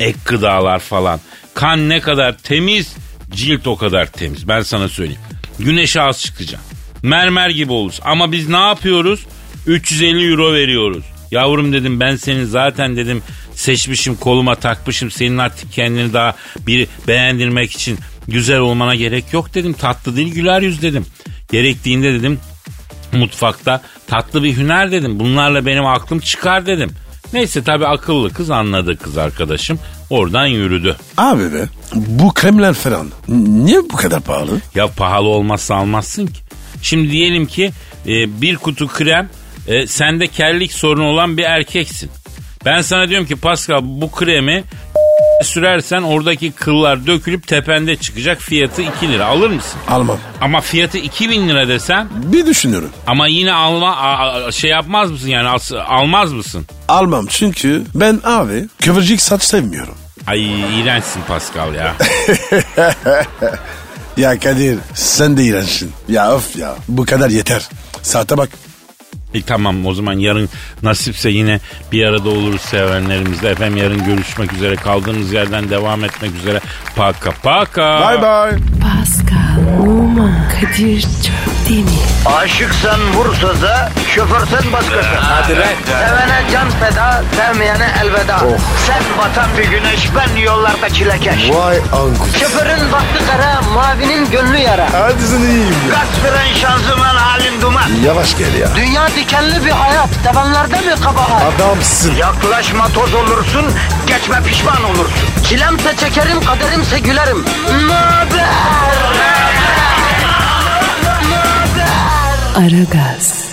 Speaker 2: Ek gıdalar falan. Kan ne kadar temiz, cilt o kadar temiz. Ben sana söyleyeyim. Güneşe az çıkacaksın. Mermer gibi olursun. Ama biz ne yapıyoruz? 350 euro veriyoruz. Yavrum dedim ben seni zaten dedim seçmişim koluma takmışım. Senin artık kendini daha bir beğendirmek için güzel olmana gerek yok dedim. Tatlı değil güler yüz dedim. Gerektiğinde dedim mutfakta tatlı bir hüner dedim. Bunlarla benim aklım çıkar dedim. Neyse tabi akıllı kız anladı kız arkadaşım. Oradan yürüdü.
Speaker 3: Abi be bu kremler falan n- niye bu kadar pahalı?
Speaker 2: Ya pahalı olmazsa almazsın ki. Şimdi diyelim ki e, bir kutu krem e, sende kellik sorunu olan bir erkeksin. Ben sana diyorum ki Pascal bu kremi sürersen oradaki kıllar dökülüp tepende çıkacak fiyatı 2 lira alır mısın?
Speaker 3: Almam.
Speaker 2: Ama fiyatı 2000 lira desem
Speaker 3: Bir düşünüyorum.
Speaker 2: ama yine alma a- a- şey yapmaz mısın yani as- almaz mısın?
Speaker 3: Almam çünkü ben abi kıvırcık saç sevmiyorum.
Speaker 2: Ay iğrençsin Pascal ya.
Speaker 3: Ya Kadir sen de iğrençsin. Ya of ya bu kadar yeter. Saate bak.
Speaker 2: E tamam o zaman yarın nasipse yine bir arada oluruz sevenlerimizle. Efendim yarın görüşmek üzere. Kaldığımız yerden devam etmek üzere. Paka paka.
Speaker 3: Bye bye.
Speaker 1: Pascal, Oman, Kadir çok değil mi?
Speaker 4: Aşıksan vursa da, şoförsen başkasın. Hadi Sevene can feda, sevmeyene elveda. Sen batan bir güneş, ben yollarda çilekeş.
Speaker 5: Vay anku.
Speaker 4: Şoförün baktı kara, mavinin gönlü yara.
Speaker 5: Hadi sen iyiyim ya.
Speaker 4: Kasperen şanzıman halin duman.
Speaker 5: Yavaş gel ya.
Speaker 4: Dünya dikenli bir hayat, sevenlerde mi kabahar?
Speaker 5: Adamsın.
Speaker 4: Yaklaşma toz olursun, geçme pişman olursun. Çilemse çekerim, kaderimse gülerim. Möber!
Speaker 1: Aragaz.